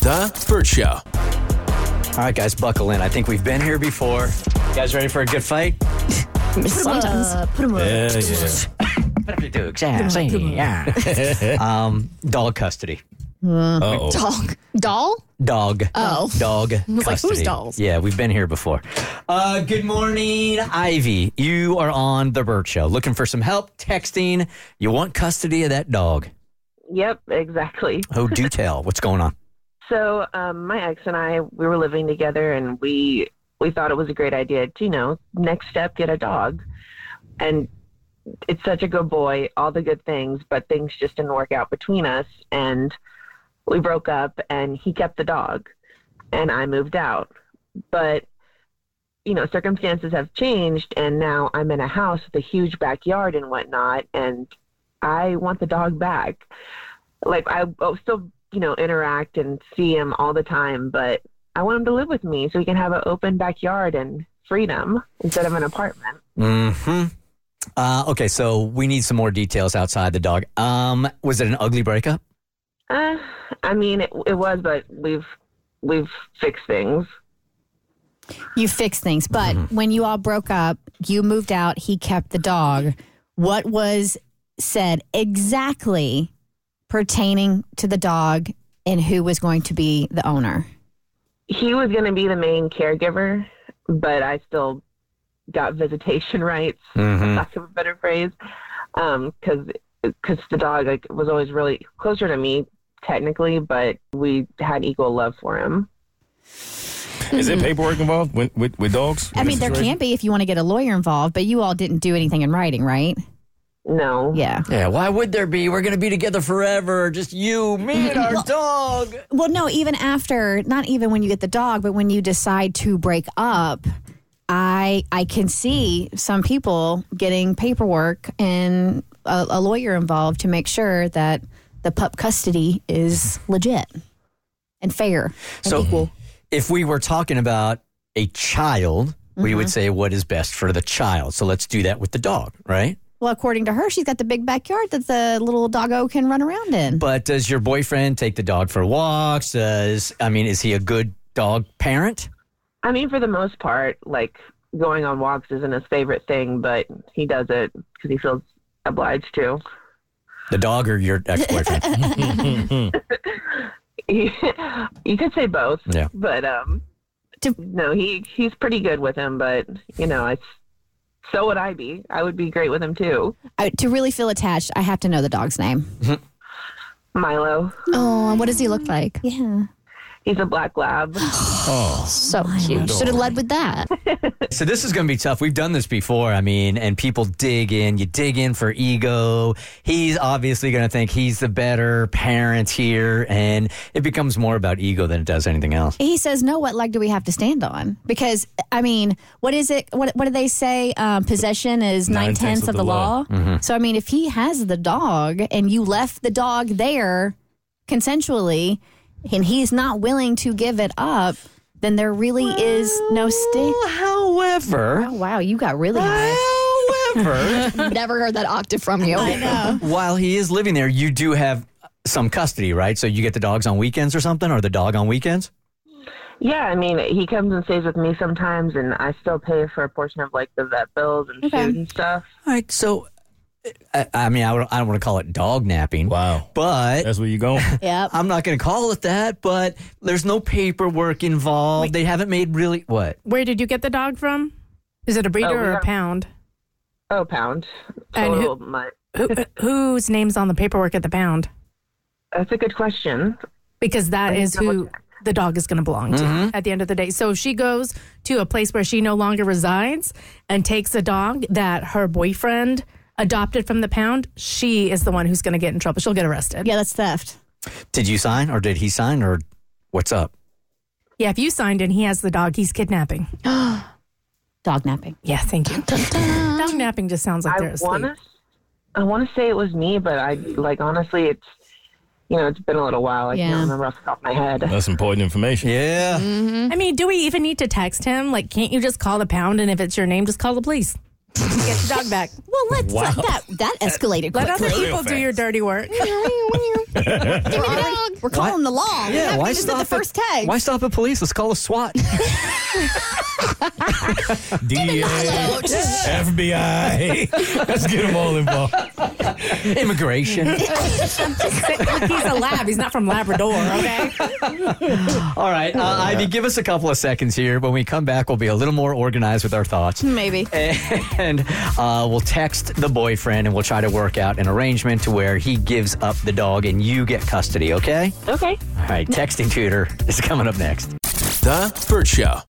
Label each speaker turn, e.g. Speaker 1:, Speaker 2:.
Speaker 1: The Burt Show.
Speaker 2: All right, guys, buckle in. I think we've been here before. You guys ready for a good fight?
Speaker 3: Sometimes.
Speaker 4: Put him up.
Speaker 2: um, dog custody.
Speaker 3: Dog. Doll?
Speaker 2: Dog.
Speaker 3: Oh.
Speaker 2: Dog
Speaker 3: was like,
Speaker 2: custody.
Speaker 3: who's dolls?
Speaker 2: Yeah, we've been here before. Uh, good morning, Ivy. You are on The Burt Show. Looking for some help texting. You want custody of that dog.
Speaker 5: Yep, exactly.
Speaker 2: Oh, do tell. What's going on?
Speaker 5: So um, my ex and I, we were living together, and we we thought it was a great idea to you know next step get a dog, and it's such a good boy, all the good things, but things just didn't work out between us, and we broke up, and he kept the dog, and I moved out, but you know circumstances have changed, and now I'm in a house with a huge backyard and whatnot, and I want the dog back like I I'll still you know interact and see him all the time, but I want him to live with me so we can have an open backyard and freedom instead of an apartment.
Speaker 2: hmm Uh, okay, so we need some more details outside the dog. Um, was it an ugly breakup?
Speaker 5: Uh, I mean it, it was, but we've we've fixed things.
Speaker 4: You fix things. But when you all broke up, you moved out, he kept the dog. What was said exactly pertaining to the dog and who was going to be the owner?
Speaker 5: He was going to be the main caregiver, but I still got visitation rights,
Speaker 2: Mhm.
Speaker 5: for lack of a better phrase, because because the dog like was always really closer to me technically, but we had equal love for him.
Speaker 6: Is there paperwork involved with, with, with dogs?
Speaker 4: I mean, there can be if you want to get a lawyer involved, but you all didn't do anything in writing, right?
Speaker 5: No.
Speaker 4: Yeah.
Speaker 2: Yeah, why would there be? We're going to be together forever. Just you, me, and our dog.
Speaker 4: Well, no, even after, not even when you get the dog, but when you decide to break up, I I can see some people getting paperwork and a, a lawyer involved to make sure that the pup custody is legit and fair. and
Speaker 2: So,
Speaker 4: equal.
Speaker 2: if we were talking about a child, we would say what is best for the child. So, let's do that with the dog, right?
Speaker 4: well, according to her, she's got the big backyard that the little doggo can run around in.
Speaker 2: But does your boyfriend take the dog for walks? Does, I mean, is he a good dog parent?
Speaker 5: I mean, for the most part, like going on walks isn't his favorite thing, but he does it because he feels obliged to.
Speaker 2: The dog or your ex boyfriend?
Speaker 5: you could say both,
Speaker 2: Yeah.
Speaker 5: but um,
Speaker 4: To-
Speaker 5: no, he he's pretty good with him, but you know, it's so would I be. I would be great with him too,
Speaker 4: I, to really feel attached, I have to know the dog's name.
Speaker 5: Milo.
Speaker 3: Oh, and what does he look like?
Speaker 4: Yeah.
Speaker 5: He's a black lab.
Speaker 3: So cute. Should have led with that.
Speaker 2: So this is going to be tough. We've done this before. I mean, and people dig in. You dig in for ego. He's obviously going to think he's the better parent here, and it becomes more about ego than it does anything else.
Speaker 4: he says no what leg do we have to stand on because i mean what is it what, what do they say um, possession is nine tenths of the, law, Mm-hmm. so i mean if he has the dog and you left the dog there consensually and he's not willing to give it up then there really is no stick
Speaker 2: However,
Speaker 4: oh wow you got really high
Speaker 2: however,
Speaker 3: Never heard that octave from you. I know.
Speaker 2: while he is living there, you do have some custody, right? So you get the dogs on weekends or something, or the dog on weekends.
Speaker 5: Yeah, I mean, he comes and stays with me sometimes, and I still pay for a portion of like the vet bills and
Speaker 4: Okay.
Speaker 5: food and stuff.
Speaker 2: All right. So I, I mean, I, would, I don't want to call it dog napping.
Speaker 6: Wow.
Speaker 2: But
Speaker 6: That's where you go.
Speaker 4: Yep.
Speaker 2: I'm not going to call it that, but there's no paperwork involved. They haven't made really what?
Speaker 7: Where did you get the dog from? Is it a breeder
Speaker 5: Oh, we
Speaker 7: or a
Speaker 5: have-
Speaker 7: pound?
Speaker 5: Oh, pound.
Speaker 7: And who-
Speaker 5: Total mutt.
Speaker 7: Who, uh, whose name's on the paperwork at the pound?
Speaker 5: That's a good question.
Speaker 7: Because that is who the dog is going to belong to at the end of the day. So if she goes to a place where she no longer resides and takes a dog that her boyfriend adopted from the pound, she is the one who's going to get in trouble. She'll get arrested.
Speaker 4: Yeah, that's theft.
Speaker 2: Did you sign or did he sign or what's up?
Speaker 7: Yeah, if you signed and he has the dog, he's kidnapping.
Speaker 4: Dog napping.
Speaker 7: Yeah, thank you. dog napping just sounds like they're
Speaker 5: I
Speaker 7: asleep.
Speaker 5: want to. I want to say it was me, but I like honestly, it's you know, it's been a little while. I
Speaker 4: Yeah.
Speaker 5: can't remember off the top of my head.
Speaker 6: That's important information.
Speaker 2: Yeah.
Speaker 4: Mm.
Speaker 7: I mean, do we even need to text him? Like, can't you just call the pound and if it's your name, just call the police? Get the dog back.
Speaker 4: Well, let's
Speaker 6: Wow.
Speaker 4: that that escalated
Speaker 7: Let
Speaker 4: quickly.
Speaker 7: other
Speaker 6: real
Speaker 7: people do
Speaker 6: fast.
Speaker 7: your dirty work.
Speaker 3: Give me the dog.
Speaker 4: We're calling the law. We haven't even said the
Speaker 2: at-
Speaker 4: first tag.
Speaker 2: Why stop at police? Let's call a SWAT.
Speaker 6: DA, FBI. Let's get them all involved.
Speaker 2: Immigration.
Speaker 7: Look, he's a lab. He's not from Labrador, okay?
Speaker 2: All right, uh, Ivy, give us a couple of seconds here. When we come back, we'll be a little more organized with our thoughts.
Speaker 4: Maybe.
Speaker 2: And uh, we'll text the boyfriend and we'll try to work out an arrangement to where he gives up the dog and you get custody, okay?
Speaker 5: Okay.
Speaker 2: All right, texting tutor is coming up next.
Speaker 1: The Burt Show.